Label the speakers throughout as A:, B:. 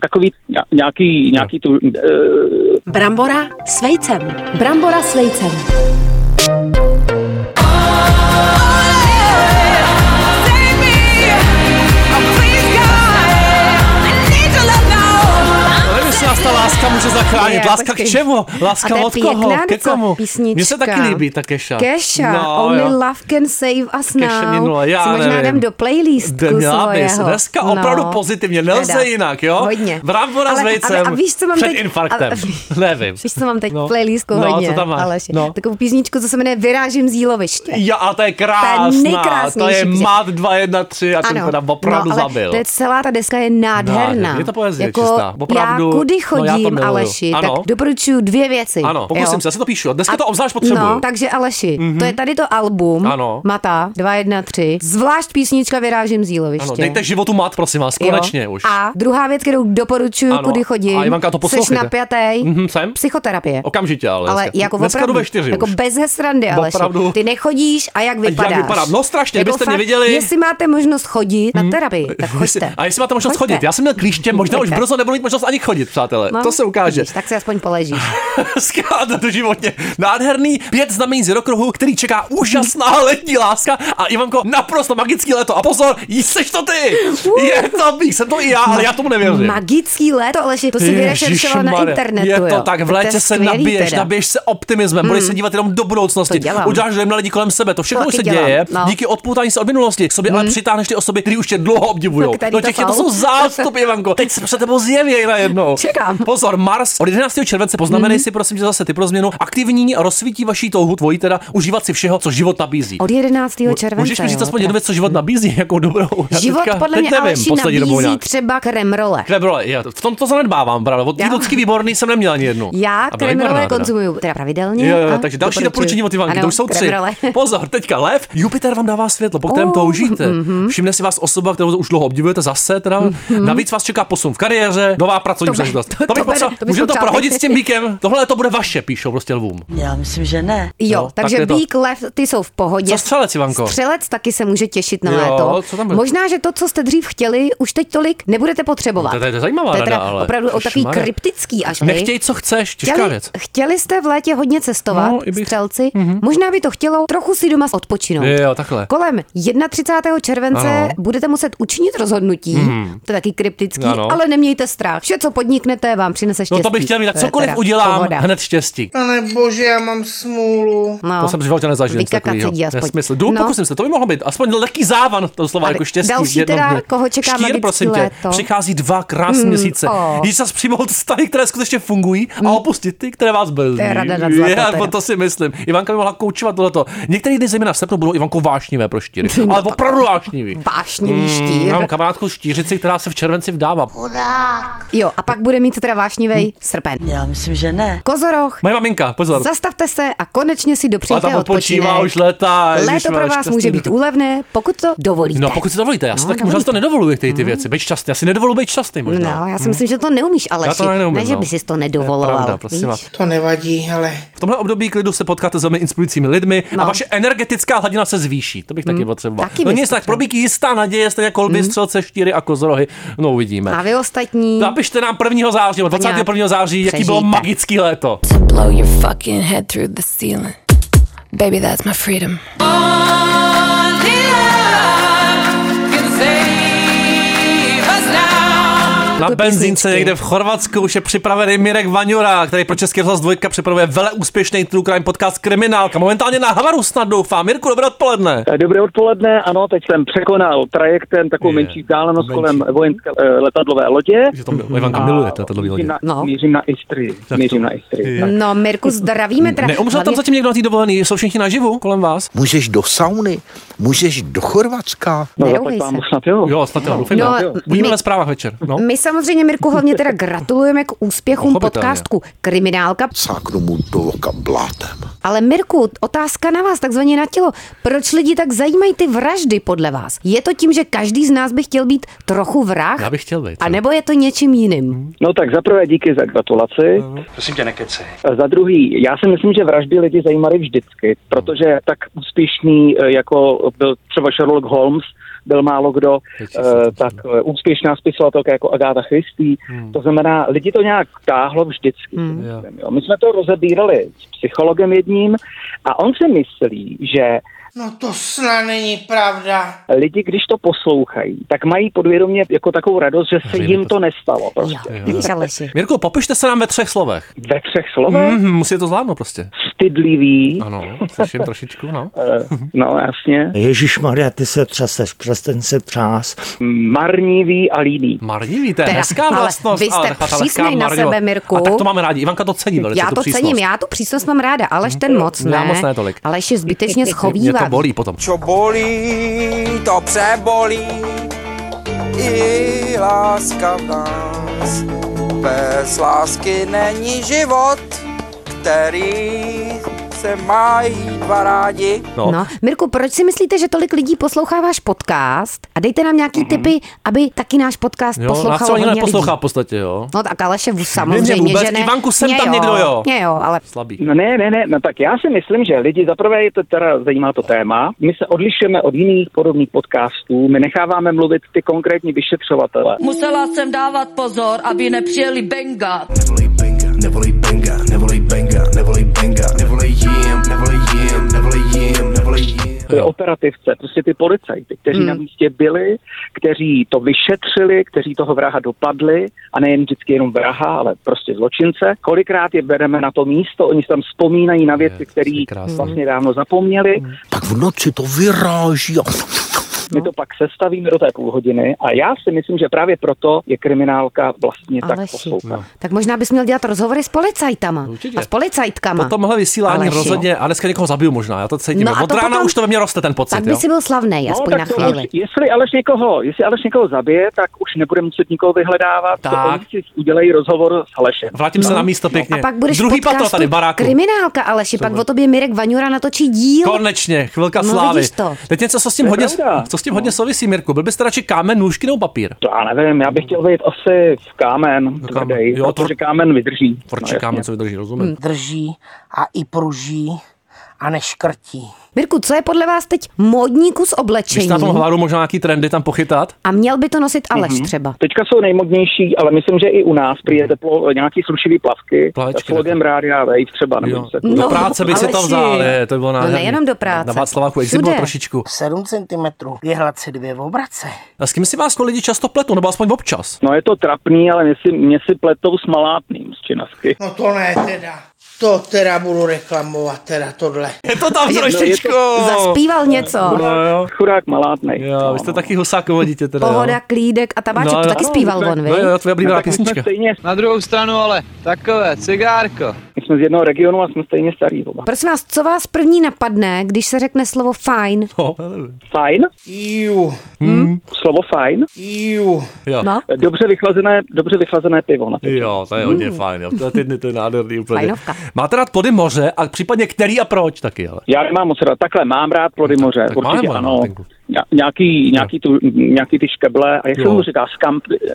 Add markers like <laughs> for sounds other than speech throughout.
A: takový nějaký, nějaký tu... Uh,
B: Brambora s vejcem. Brambora s vejcem.
C: Nevím, jestli nás ta láska může zachránit.
D: Je,
C: láska
D: počkej.
C: k čemu?
D: A
C: Láska
D: to je
C: od koho?
D: pěkná
C: Ke
D: docela
C: komu?
D: písnička.
C: Mně se taky líbí ta Keša. No,
D: Keša, Only
C: jo.
D: Love Can Save Us
C: Keša
D: Now.
C: minula, já
D: si možná
C: nevím.
D: jdem do playlistku
C: Jde, měla
D: svého. No,
C: bys. Dneska opravdu pozitivně, nelze jinak, jo?
D: Hodně.
C: Brambora s
D: Ale-
C: vejcem
D: ale- A víš, co mám
C: před
D: teď?
C: infarktem.
D: ale-
C: Nevím.
D: Víš, co mám teď
C: No.
D: v playlistku
C: No,
D: hodně,
C: co tam máš?
D: Aleši?
C: No.
D: Takovou písničku, co se jmenuje Vyrážím z jíloviště.
C: Jo, a to je krásná. To je
D: nejkrásnější písnička.
C: mat 213 a ten
D: Ano,
C: teda opravdu
D: no, ale
C: zabil.
D: To je celá ta deska je nádherná.
C: Nádherný. Je to poezie
D: jako
C: čistá, opravdu.
D: Já kudy
C: No, já to
D: chodím,
C: miluju.
D: Aleši,
C: Ano.
D: tak doporučuju dvě věci.
C: Ano,
D: jo.
C: pokusím se, já si to píšu. Dneska to obzvlášť
D: No,
C: potřebuju. Mhm.
D: takže Aleši, mm-hmm. to je tady to album
C: Ano.
D: Mata 213. Zvlášť písnička Vyrážím z jíloviště.
C: Ano, dejte životu mat, prosím vás,
D: Jo.
C: konečně už.
D: A druhá věc, kterou doporučuji,
C: Ano.
D: kudy chodím.
C: A Ivanka, to
D: Jsi
C: poslouchejte.
D: napjatej.
C: Mhm, jsem?
D: Psychoterapie.
C: Okamžitě, ale.
D: Ale
C: dneska.
D: jako
C: dneska
D: opravdu,
C: jdu ve čtyři
D: jako
C: už.
D: bez srandy, ale
C: Opravdu.
D: ty nechodíš a jak vypadáš. Jako
C: vypadám? No, strašně, kdybyste mě
D: fakt,
C: viděli.
D: Jestli máte možnost chodit na terapii,
C: <laughs>
D: tak
C: Jestli-
D: choďte.
C: A jestli máte možnost
D: Choďte.
C: chodit, já jsem měl klíště, možná už
D: Choďte.
C: brzo nebudu mít možnost ani chodit, přátelé. to se ukáže.
D: No, Vidíš, tak se aspoň poležíš.
C: Skládat do životě. Nádherný pět znamení z rokruhu, který čeká úžasná letní láska a Ivanko, naprosto magický léto. A pozor, jseš to ty! Je to mý, jsem to i já, <laughs> ale já tomu nevěřím.
D: Magický léto, Aleši, to si vyrešeršovala na
C: Ježišmarja,
D: internetu.
C: Je to
D: jo.
C: tak, v
D: to je
C: létě se
D: skvělý
C: nabiješ,
D: teda. Hmm.
C: nabiješ se optimismem, budeš se dívat jenom do budoucnosti,
D: To dělám.
C: uděláš dojem na lidi kolem sebe, to všechno
D: To
C: už se
D: taky dělám,
C: děje.
D: no. Hmm.
C: Díky odpoutání se od minulosti k sobě ale přitáhneš ty osoby, které už tě dlouho obdivují.
D: Tak tady
C: No
D: to
C: těch je- to
D: jsou.
C: jsou zástupy,
D: <laughs>
C: Ivanko. Teď se před tebou zjeví najednou.
D: Čekám. Hmm.
C: Pozor, Mars od 11. července poznamenej si, prosím tě, zase ty pro změnu. Aktivní a rozsvítí vaší touhu tvojí teda užívat si všeho, co život nabízí.
D: Od 11. července.
C: Můžeš mi říct
D: jo,
C: aspoň
D: teda.
C: jednu věc, co život nabízí, jakou dobrou. Já
D: Život
C: teďka-
D: podle
C: teď
D: mě
C: nevím,
D: Aleši
C: poslední dobou
D: nabízí
C: nějak.
D: třeba kremrole.
C: Kremrole, já v tom to zanedbávám, právě. Od
D: Já-
C: Lidovský výborný jsem neměl ani jednu.
D: Já
C: A byla výborná
D: kremrole
C: teda.
D: konzumuju teda pravidelně.
C: Jo, jo,
D: a
C: jo, takže další doporučení od Ivanky,
D: Ano,
C: to už jsou tři.
D: kremrole.
C: <laughs> Pozor, teďka lev, Jupiter vám dává světlo, po kterém
D: Oh,
C: toužíte. Všimne si vás osoba, kterou už dlouho obdivujete zase, teda. Navíc vás čeká posun v kariéře, nová pracovní
D: Mhm. To by-
C: příležitost.
D: to-
C: To bych
D: to by-
C: potřeboval,
D: to bych
C: můžeme to
D: potřebovala.
C: prohodit s
D: <laughs>
C: tím bíkem. Tohle to bude vaše, píšou prostě lvům.
E: Já myslím, že ne.
D: Jo,
C: No, tak
D: takže
C: je to.
D: bík, lev, ty jsou v pohodě.
C: Co střelec, Ivanko?
D: Střelec taky se může těšit na
C: Jo,
D: léto.
C: co tam bude?
D: Možná, že to, co jste dřív chtěli, už teď tolik nebudete potřebovat.
C: To- to je- to je zajímavá
D: To je teda
C: rada, ale-
D: opravdu o takový
C: Ježišmarja.
D: kryptický až. hej.
C: Nechtěj, co chceš, těžká
D: Chtěli,
C: věc.
D: chtěli jste v létě hodně cestovat,
C: No, i bych-
D: střelci. Možná by to chtělo trochu si doma odpočinout.
C: Jo, takhle.
D: Kolem 31. července
C: Ano. Mhm.
D: budete muset učinit rozhodnutí, to je taky kryptický,
C: Ano.
D: ale nemějte strach. Vše, co podniknete, vám přinese štěstí.
C: No to bych chtěl mít, tak
D: je
C: cokoliv
D: teda
C: udělám,
D: pohoda.
C: hned štěstí.
F: Pane bože, já mám smůlu.
D: No.
C: To jsem v životě nezažil. nic
D: Vykakacet
C: takovýho.
D: jdi aspoň.
C: Nesmysl. Jdu,
D: No.
C: pokusím se, to by mohlo být. Aspoň lehký závan, to slova
D: Ale
C: jako štěstí.
D: další
C: jednou
D: teda,
C: dne.
D: koho čeká magický
C: Štír, prosím
D: léto? Hmm,
C: tě, přichází dva krásné měsíce.
D: o. Hmm.
C: Již zas přijmout vztahy, které skutečně fungují a opustit ty, které vás brzdí.
D: To je rada nad zlato
C: Já
D: teda.
C: to si myslím. Ivanka by mohla koučovat tohleto. Některý dny zejména v srpnu budou Ivanko vášnivé pro štíry.
D: <laughs>
C: Ale opravdu vášnivý.
D: Vášnivý štír.
C: Hmm, Mám kamarádku štířici, která se v červenci vdává.
D: Jo, a pak bude mít teda
C: Hmm.
D: vášnivej srpen.
E: Já myslím, že ne.
D: Kozoroch,
C: Moje maminka, pozor.
D: zastavte se a konečně si
C: A
D: dopřejte
C: tam odpočívá
D: odpočinek.
C: už léta.
D: Léto pro vás může být úlevné, pokud to dovolíte.
C: No, pokud si dovolíte, já si
D: No,
C: taky možná si to
D: dovolíte. Mhm.
C: nedovoluji, ty, ty věci. Být šťastný, já si nedovoluji být šťastný možná.
D: No, já si myslím, že to neumíš,
C: Hmm. Já
D: Aleši.
C: to neumím,
D: ne, že
C: no.
D: by si to
C: To je
D: nedovoloval.
C: pravda, prosím vás.
F: To nevadí, ale
C: V tomhle období klidu se potkáte s velmi inspirujícími lidmi a vaše energetická hladina se zvýší. To bych taky potřeboval.
D: No. Mhm. Taky
C: no
D: bych
C: nic, tak
D: potřeboval. Mhm.
C: probíky jistá naděje, stejně jako lby, střelce, štíry a kozorohy. No uvidíme.
D: A vy ostatní,
C: Napište nám 1. září, nebo 21. září, jaký bylo
D: Přežijte.
C: magický léto.
G: Blow your fucking head through the ceiling. Baby, that's my freedom.
C: Na
D: ty
C: benzínce
D: písničky.
C: někde v Chorvatsku už je připravený Mirek Vaňura, který pro Český rozhlas dvojka připravuje vele úspěšný true crime podcast Kriminálka. Momentálně na Havaru snad doufám. Mirku, dobré odpoledne.
A: eh, Dobré odpoledne, ano, teď jsem překonal trajektem takovou
C: Je,
A: menší vzdálenost
C: menší.
A: kolem vojenské eh, letadlové lodě.
C: Že to Ivanka miluje, to tohle
A: Mířím na,
D: No.
A: mířím na Istrii, mířím na Istrii. tak.
D: no Mirku, zdravíme. Teda.
C: Neumřel tam
D: Hlavně-
C: zatím někdo na té dovolený, jsou všichni naživu kolem vás?
H: Můžeš do sauny, můžeš do Chorvatska.
A: No,
D: Nerouhej
A: zaplať vám
D: se.
A: snad, jo.
C: Jo, snad jo, doufejme.
D: No,
C: Budeme
D: my- Mm.
C: ve zprávách večer. No.
D: My samozřejmě, Mirku, hlavně teda gratulujeme k úspěchům
C: Pochopitelně.
D: podcastku Kriminálka.
H: Sáknu mu do oka blátem.
D: Ale Mirku, otázka na vás, takzvaně na tělo. Proč lidi tak zajímají ty vraždy podle vás? Je to tím, že každý z nás by chtěl být trochu vrah?
C: Já bych chtěl být. Hmm,
D: A nebo je to něčím jiným?
A: No tak za prvé díky za gratulaci.
C: Mhm.
I: Prosím tě, nekecej.
A: A Za druhý, já si myslím, že vraždy lidi e, zajímaly vždycky, protože tak úspěšný, eh, jako byl třeba Sherlock Holmes, byl málo kdo,
C: Teď si
A: eh,
C: se to Hmm.
A: tak eh, úspěšná spisovatelka jako Agáta Christy. To znamená, lidi to nějak táhlo vždycky.
D: Hmm.
C: Jo.
A: Jo. My jsme to rozebírali s psychologem jedním a on si myslí, že
F: No to snad není pravda.
A: lidi, když to poslouchají, tak mají podvědomě jako takovou radost, že se
C: Že jim
A: jim to nestalo. Prostě.
D: Jo, víš, Aleši.
C: Mirko, popište se nám ve třech slovech.
A: Ve třech
D: No.
A: slovech
C: Mm, musí to zvládnout prostě.
D: Hmm.
A: stydlivý,
C: Ano, slyším trošičku, no.
A: eh, no jasně,
I: Ježíš Maria, ty se třeseš, přestaň se třás.
A: marnivý a líný.
C: Marnivý, to je
D: Teda,
C: hezká
D: ale
C: vlastnost.
D: vy jste
C: ale taková ta lehká
D: přísnej na
C: marnivost.
D: sebe, Mirku.
C: A tak to máme rádi. Ivanka to cení velice,
D: Já
C: tu
D: to
C: přísnost.
D: cením, já tu přísnost mám ráda, Aleš ten moc ne.
C: Já moc ne tolik.
D: Aleš je zbytečně
C: Mě to
D: schovývá.
C: bolí potom.
J: Čo bolí, to přebolí, i láska v nás. Bez lásky není život, který se mají dva rádi.
C: No.
D: No, Mirku, proč si myslíte, že tolik lidí poslouchá váš podcast? A dejte nám nějaký tipy, aby taky náš podcast
C: Mhm. Jo, no nás to
D: poslouchalo
C: ani
D: hodně lidí.
C: neposlouchá v podstatě, jo.
D: No tak Aleše samozřejmě,
C: vůbec,
D: že ne.
C: Ivanku sem
D: Mě
C: tam někdo, jo.
D: Mě jo, ale
C: Slabý.
A: No ne, ne, ne, no tak já si myslím, že lidi zaprvé je to teda zajímá to téma. My se odlišujeme od jiných podobných podcastů, my necháváme mluvit ty konkrétní vyšetřovatele.
E: Musela jsem dávat pozor, aby nepřijeli benga.
A: Ty operativce, prostě ty policajty, kteří na místě byli, kteří to vyšetřili, kteří toho vraha dopadli, a nejen vždycky jenom vraha, ale prostě zločince. Kolikrát je bereme na to místo, oni si tam vzpomínají na věci, které
C: krásný.
A: vlastně dávno zapomněli.
H: Tak v noci to vyráží a
D: No.
A: My to pak sestavíme do té půl hodiny a já si myslím, že právě proto je kriminálka vlastně tak
D: Aleši. no,
A: poslouchaná.
D: tak možná bys měl dělat rozhovory s policajtama.
C: No. Určitě.
D: A s policajtkama.
C: Po tomhle vysílání
D: Aleši.
C: rozhodně, a dneska někoho zabiju možná, já to cítím.
D: No a
C: Od
D: to
C: rána
D: potom-
C: už to ve mně roste ten pocit,
D: Tak by
C: jo.
D: si byl slavný, aspoň na
A: No, to
D: chvíli.
A: už- Jestli Aleš někoho, jestli Aleš někoho zabije, tak už nebude muset nikoho vyhledávat.
C: Tak.
A: Tak. To oni si udělají rozhovor s Alešem. No.
C: Vrátím se na místo pěkně.
D: No. A pak budeš
C: Druhý
D: v podcastu
C: patro tady v baráku.
D: Kriminálka, Aleši, pak o tobě Mirek Vaňura natočí díl.
C: Konečně, chvilka
D: No,
C: slávy.
D: vidíš to.
C: Teď něco, co s tím
A: To je
C: hodně,
A: pravda.
C: co s tím hodně souvisí, Mirku. Byl byste radši kámen, nůžky nebo papír?
A: To já nevím, já bych chtěl být asi v kámen,
C: kámen.
A: tvrdej,
C: Jo,
A: jo,
C: tvr-
A: protože kámen vydrží. No,
C: Tvrdší kámen, co vydrží, rozumím.
D: Hmm,
F: Drží a i pruží a neškrtí.
D: Mirku, co je podle vás teď módní kus
C: Když
D: oblečení?
C: na tom hlavu možná nějaký trendy tam pochytat?
D: A měl by to nosit Aleš
A: Mhm.
D: třeba.
A: Teďka jsou nejmodnější, ale myslím, že i u nás přijde teplo, nějaký slušivý plavky.
C: Mhm. Plavečky
A: s logem Rádia Wave třeba. Nebo
C: Jo.
A: se
D: No,
C: Do práce by si to
D: Aleši.
C: vzal, je, to bylo
D: No
C: nádherný.
D: nejenom do práce.
C: Na Václaváku
D: Všude.
C: bylo trošičku.
F: 7 cm je hladce dvě v obrace.
C: A s kým si vás to lidi často pletu, nebo aspoň
D: <laughs>
C: občas?
A: No je to trapný, ale mě si, mě si pletou s malátným z činasky.
F: No to ne teda. To teda budu reklamovat, teda tohle.
C: Je to tam trošičku.
D: Zaspíval něco.
C: No, jo.
A: Chudák malátnej.
C: Jo, vy jste taky husákovo dítě teda. jo.
D: Pohoda, klídek a tabáček,
C: No,
D: to
C: jo.
D: taky zpíval on, vy?
C: No jo, tvoje
A: <laughs>
C: oblíbená písnička.
A: stejně,
J: Na druhou stranu ale takové cigárko.
A: my jsme z jednoho regionu a jsme stejně starý oba.
D: Prosím vás, co vás první napadne, když se řekne slovo fajn?
C: No, já nevím.
A: Fajn?
F: Iu,
A: Slovo fajn?
F: iu.
C: Jo.
D: No,
A: Dobře vychlazené, dobře vychlazené pivo. Na to.
C: Jo, to je hodně fajn, jo. To je ty dny, to je nádherný úplně.
D: Mm. Fajnovka.
C: Máte rád plody moře a případně který a proč taky, ale.
A: Já nemám moc rád. Takhle mám rád plody moře.
C: tak
A: určitě
C: máme,
A: ano.
C: no, tak-
A: Ně- Nějaký, nějaký, tu, nějaký ty škeble. A jak se
C: Jo.
A: mu říká? Skamp, eh,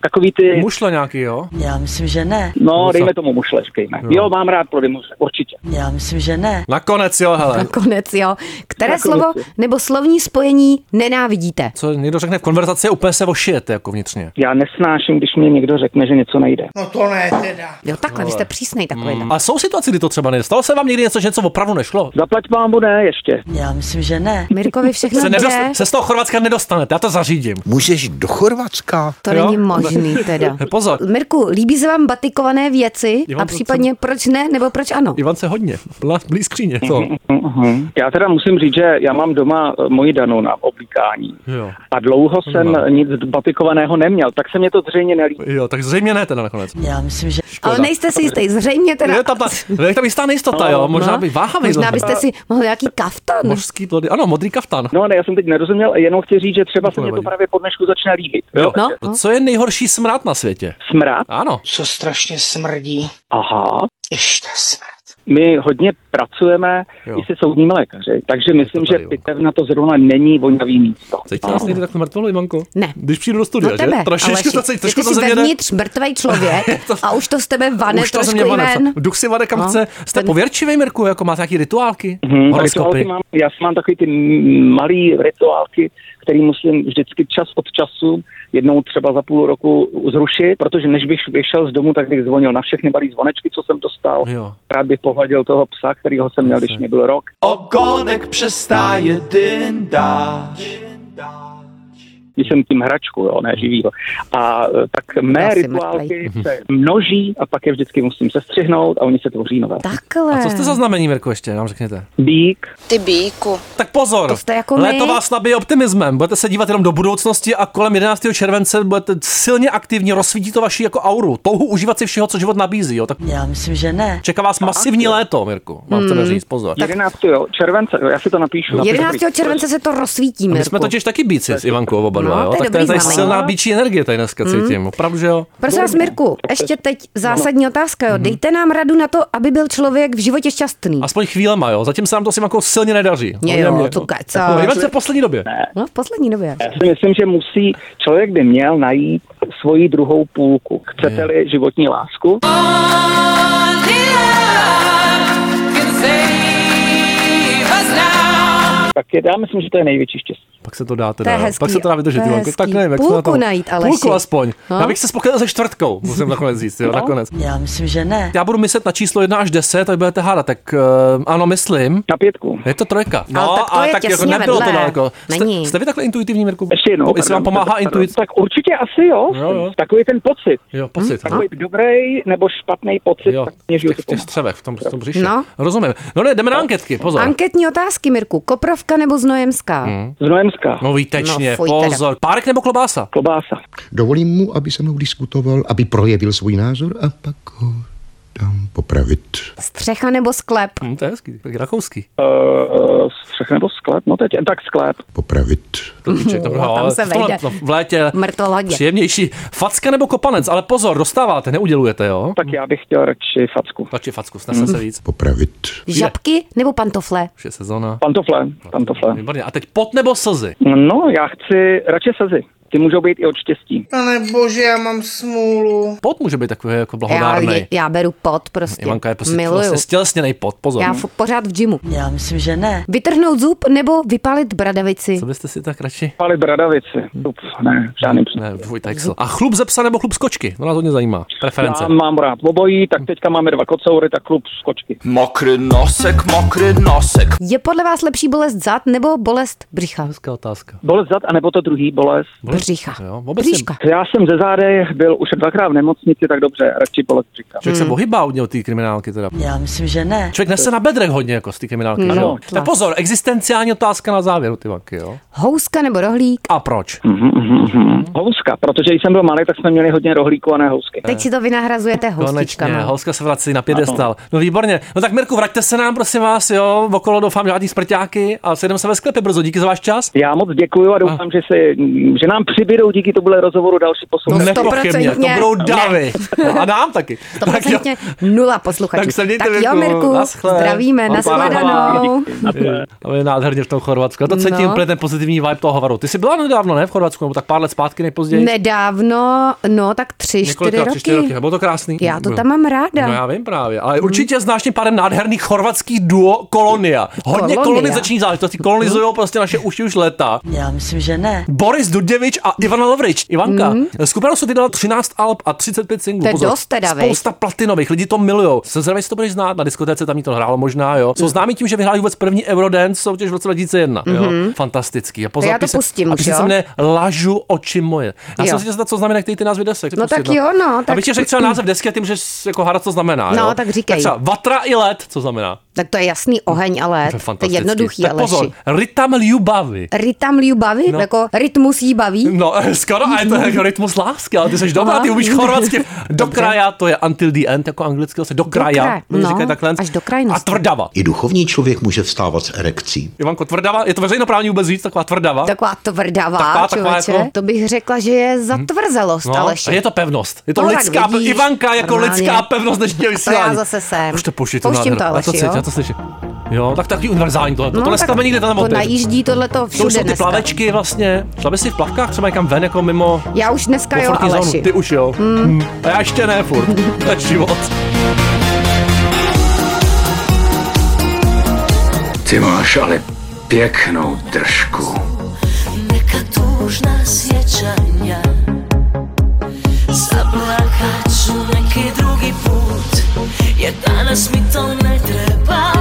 A: takový ty...
C: Mušle nějaký, jo?
E: Já myslím, že ne.
A: No,
C: Musa.
A: dejme tomu mušle, říkejme. Jo, mám rád plody moře, určitě.
E: Já myslím, že ne.
C: Nakonec, jo, hele.
D: nakonec, No, jo. Které
C: Jako-
A: Nakonec,
D: slovo
A: jo.
D: nebo slovní spojení nenávidíte?
C: Co někdo řekne v konverzaci, úplně se ošijete jako vnitřně.
A: Já nesnáším, když mě někdo řekne, že něco nejde.
F: No to ne teda.
D: Jo, takhle, vy jste přísnej takový.
C: A jsou situace, kdy to třeba nejde. Stalo se vám někdy něco, že něco opravdu nešlo?
A: Zaplať vám ne ještě.
E: Já myslím, že ne.
D: Mirkovi všechno
C: Se,
D: jde,
C: nedost, se z toho Chorvatska nedostanete, já to zařídím.
H: můžeš do Chorvatska.
D: to
C: jo? <laughs>
D: není možný teda.
C: Pozor.
D: Mirku, líbí se vám batikované věci
C: Ivan,
D: a
C: to
D: případně proč ne nebo proč ano?
C: Ivan se hodně, byla blíz skříně. To.
A: Mhm. Já teda musím říct, že já mám doma eh, moji danu na oblíkání.
C: Jo.
A: A dlouho
C: Hm.
A: jsem eh,
C: Zajímavé.
A: nic batikovaného neměl, tak se mě to zřejmě nelíbí.
C: jo, tak zřejmě ne teda nakonec.
E: Já myslím, že...
D: Ale nejste si jistý, zřejmě teda.
C: Je tam, ta, je tam jistá nejistota, jo, možná by váhavý.
D: No. Možná
C: byl.
D: byste si mohl nějaký kaftan.
C: Mořský plody, ano, modrý kaftan.
A: No ne, já jsem teď nerozuměl, jenom chci říct, že třeba se mě to
C: nevadí.
A: právě po dnešku začne líbit. Jo.
D: No,
C: Co je nejhorší smrad na světě?
A: Smrad?
C: Ano.
F: Co strašně smrdí.
A: Aha.
F: Ještě smrt.
A: My hodně pracujeme
C: Jo.
A: jo. i se soudními lékaři, takže myslím,
C: tady,
A: že
C: jo.
A: pitev na to zrovna není vonavý místo.
C: Cítíte nás někdy takhle mrtvolu, Ivanko?
D: Ne.
C: Když přijdu do studia,
D: No tebe,
C: že? Trošičku to cítím,
D: Aleši, ty
C: trošku to
D: jsi
C: ze mě jde.
D: vevnitř
C: <laughs>
D: mrtvej člověk a už to z tebe vane
C: Už to ze
D: trošku
C: mě
D: i
C: vane.
D: ven.
C: Duch si vane kam
D: No.
C: chce. Jste
D: Ten-
C: pověrčivý, Mirku, jako máte nějaký rituálky?
A: Hm,
C: Horoskopy.
A: rituálky mám, já mám takový ty malé rituálky, který musím vždycky čas od času, jednou třeba za půl roku zrušit, protože než bych vyšel z domu, tak bych zvonil na všechny malý zvonečky, co jsem dostal.
C: Jo.
A: Rád bych pohladil toho psa, kterýho jsem měl, když mi byl rok.
J: Ogonek přestáje dyndat.
A: když jsem tím hračku, jo, ne živýho. A eh, tak mé
D: Asi
A: rituálky se množí a pak je vždycky musím sestřihnout a oni se tvoří nové.
D: Takhle.
C: Co jste za znamení, Mirku, ještě nám řekněte.
A: Bík,
E: Ty bíku.
C: Tak pozor,
D: To jste jako my.
C: léto vás nabije optimismem. Budete se dívat jenom do budoucnosti a kolem 11. července budete silně aktivní, rozsvítí to vaši jako auru, touhu užívat si všeho, co život nabízí. Jo. Tak
E: Já myslím, že ne.
C: čeká vás masivní léto, Mirku. Mám
D: Hmm.
C: to říct, pozor.
A: 11. Jo, července, jo, já si to napíšu. Napiš,
D: 11. července se to rozsvítí,
C: A My
D: Mirku.
C: jsme totiž taky bíci s Ivankou oba dva,
D: No,
C: jo?
D: to
C: tak
D: je
C: to je
D: dobrý
C: tady
D: znamení. Mhm.
C: silná bíčí energie tady dneska cítím, opravdu, že jo?
D: Prosím vás,
C: no,
D: Mirku, ještě teď zásadní otázka,
C: Mhm.
D: jo. Dejte nám radu na to, aby byl člověk v životě šťastný.
C: Aspoň chvílema, jo? Zatím se nám to s Ivankou silně nedaří.
D: Mě
C: Hlavně
D: jo,
C: mě,
D: to
C: no.
D: kecáš.
C: No, Ivance v poslední době.
D: No, v poslední době.
C: Eh,
A: Já si myslím, že musí, člověk by měl najít svoji druhou půlku.
C: Hmm.
A: Chcete-li životní lásku, tak je, já myslím, že to je největší štěstí.
C: Pak se to dá
D: To
C: teda,
D: je
C: jo.
D: hezký,
C: pak se to dá vydržet,
D: to je
C: Ivanko. Tak
D: hezký.
C: nevím, jak se na
D: Půlku
C: tom.
D: najít,
C: Půlku
D: Aleši.
C: aspoň.
D: No.
C: Já bych se spokojil se čtvrtkou, musím nakonec říct,
A: No.
C: jo, nakonec.
E: Já myslím, že ne.
C: Já budu myslet na číslo 1 až 10, tak budete hádat, tak uh, ano, myslím.
A: Na pětku.
C: Je to trojka. No,
D: Ale tak to je
C: jako
D: těsně
C: nebylo to
D: vedle.
C: daleko. Jste,
D: Není.
C: jste vy takhle intuitivní, Mirku?
A: Ještě jednou.
C: Jestli vám
A: pardon,
C: pomáhá
A: pardon.
C: intuice.
A: Tak určitě asi jo.
C: Jo, jo.
A: Takový ten pocit.
C: Jo, pocit. no.
A: Takový dobrý nebo špatný pocit,
C: Jo,
A: tak mě
C: v
A: život
C: těch, v těch střevech, v tom, v tom břiše.
D: No.
C: Rozumím. No ne, jdeme na anketky, pozor.
D: Anketní otázky, Mirku. Koprovka nebo Znojemská?
A: Z Noemska.
C: No výtečně,
D: No, fuj teda.
C: pozor. Párek nebo klobása?
A: Klobása.
H: Dovolím mu, aby se mnou diskutoval, aby projevil svůj názor a pak ho dám popravit.
D: Střecha nebo sklep?
C: Hm, to je hezký, tak rakouský.
A: Uh, střech nebo sklep? No teď, tak sklep.
H: Popravit.
C: Klubíček, dobrá,
D: tam
C: ale
D: se
C: v tomhle-
D: vejde.
C: no, v létě
D: Mrtvohladě.
C: příjemnější. Facka nebo kopanec, ale pozor, dostáváte, neudělujete, jo?
A: Tak já bych chtěl radši facku.
C: Radši facku, snese
D: Mhm.
C: se víc.
H: Popravit.
D: Žabky nebo pantofle?
C: Už je sezóna.
A: Pantofle, pantofle.
C: Výborně. A teď pot nebo slzy?
A: No, já chci radši sazy. Ty můžou být i od štěstí.
F: Pane bože, já mám smůlu.
C: Pot může být takový jako
D: Já,
C: blahodárný.
D: já beru pot prostě.
C: Ivanka je prostě
D: Miluju.
C: vlastně stělesněnej pot, pozor.
D: Já fu- pořád v gymu.
E: Já myslím, že ne.
D: Vytrhnout zub nebo vypalit bradavici?
C: Co byste si tak radši...
A: Pali bradavici. Up, ne, v žádným případě.
C: Ne, dvoj texel. A chlup ze psa nebo chlup z kočky? To nás hodně zajímá. Preference.
A: Já mám rád obojí, tak teďka máme dva kocoury, tak klub z kočky.
J: Mokrý nosek, mokrý nosek.
D: Je podle vás lepší bolest zad nebo bolest břicha?
C: Hezká otázka.
A: Bolest zad, anebo to druhý bolest.
D: Břicha.
C: Jo, vůbec je-
D: Bříška.
A: Já jsem ze zádej byl už dvakrát v nemocnici, tak dobře, radši bolest říkám.
C: Člověk se ohybá hodně od té kriminálky teda.
E: Já myslím, že ne.
C: Člověk nese na bedrech hodně jako z té kriminálky, že jo? Tak
D: tlas.
C: pozor, existenciální otázka na závěru, ty vanky, jo?
D: Houska nebo rohlík?
C: A proč?
A: Houska, protože když jsem byl malý, tak jsme měli hodně rohlíku a ne housky.
D: Teď si to vynahrazujete
C: Konečně,
D: houstičkama.
C: Houska se vrací na pědestal. No výborně. No tak Mirku, vraťte se nám, prosím vás, jo. Okolo doufám žádný smrťáky a sejdeme se ve sklepě brzo. Díky za váš čas.
A: Já moc děkuju a doufám, že, se, že nám přibydou díky tomuhle rozhovoru další
D: No,
A: posluchači.
C: Nepochybně, to
D: stoprocentně.
C: budou davy. No A nám taky.
D: To
C: Tak jo.
D: procentně nula posluchačů.
C: Tak se mějte,
D: tak jo,
C: Mirku,
D: Mirku,
C: naschle.
D: zdravíme,
C: Pa, pa.
D: nashledanou.
C: Ale je nádherně v tom Chorvatsku. Já to cítím
D: No.
C: úplně ten pozitivní vibe toho hovoru. Ty jsi byla nedávno, ne, v Chorvatsku, nebo tak pár let zpátky nejpozději?
D: Nedávno, no tak tři, čtyři
C: Několikrát,
D: roky.
C: tři, čtyři roky. Bylo to krásný.
D: Já to
C: Bylo.
D: tam mám ráda. Hmm.
C: No já vím právě, ale určitě znáš tím pádem nádherný chorvatský duo Kolonia. Hodně
D: Kolonia.
C: kolonizační záležitosti, kolonizují prostě naše uši už leta.
E: Já myslím, že ne.
C: Boris Duděvič a Ivana Lovrič. Ivanka, mm. skupina se vydala 13 alb a 35 singlů.
D: Mhm. To je
C: Pozor,
D: dost teda, viď?
C: Spousta platinových, lidi to milujou. Jsem zrovna, jestli to budeš znát, na diskotéce tam jí to hrálo možná, jo.
D: Mhm.
C: Jsou známí tím, že vyhráli vůbec první Eurodance soutěž v roce 2001. Jo. Fantastický. A pozor,
D: Já Mhm. to
C: píseň-
D: pustím
C: a
D: už,
C: píseň
D: jo?
C: se mne Lažu oči moje. Já
D: Jo.
C: jsem si chtěl zeptat, co znamená který ty názvy desek. prostě,
D: No tak jo, no,
C: Tak...
D: tak-
C: Abych ti řekl třeba název desky a ty můžeš jako hádat, co znamená.
D: No,
C: jo?
D: tak říkej.
C: Tak třeba Vatra i let, co znamená.
D: Tak to je jasný oheň a
C: To je
D: let. To je
C: fantastický.
D: jednoduchý,
C: tak pozor,
D: Aleši.
C: Ritam Ljubavy.
D: Rytam Ljubavy,
C: No.
D: jako rytmus jí baví.
C: No, eh, skoro, a je
D: <laughs>
C: to jako rytmus lásky, ale ty jsi dobrá, ty umíš chorvatsky. Do kraja, to je until the end, jako anglicky, se do kraja.
D: kraje,
C: oni
D: no,
C: říkají takhle.
D: až do krajnosti.
C: A tvrdava.
H: I duchovní člověk může vstávat s erekcí.
C: Ivanko, tvrdava, je to veřejnoprávní vůbec říct, taková tvrdava.
D: Taková tvrdavá,
C: Taková-
D: taková,
C: taková
D: člověče.
C: jako-
D: To bych řekla, že je zatvrzelost,
C: No,
D: Aleši.
C: a je to pevnost. Je to,
D: No, tak
C: lidská,
D: vidíš,
C: Ivanka jako
D: normálně.
C: lidská pevnost dnešního
D: A to
C: vysílání.
D: já zase jsem.
C: Už to pouští, to
D: Pouštím
C: nádhera.
D: to,
C: já to
D: Aleši,
C: cítím,
D: jo?
C: já to slyším. Jo, tak taky univerzální tohle. No, tohle
D: tak
C: stavení nikde ten
D: to
C: motiv.
D: najíždí tohleto všude
C: To už jsou ty
D: dneska.
C: plavečky vlastně. Šla by si v plavkách třeba někam ven jako mimo
D: Já už dneska jo,
C: komfortní zónu.
D: Aleši. Hmm.
C: Ty už jo. Mm. A já ještě ne furt. To je život.
J: Ty máš ale pěknou držku.
G: Neka
K: možná sjećanja Zaplakat ću neki drugi put Jer danas mi to ne treba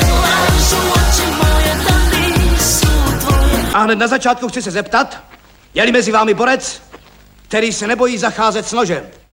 K: Lažu oči moje da nisu tvoje
A: A hned na začátku chci se zeptat, je-li mezi vámi borec, který se nebojí zacházet s nožem.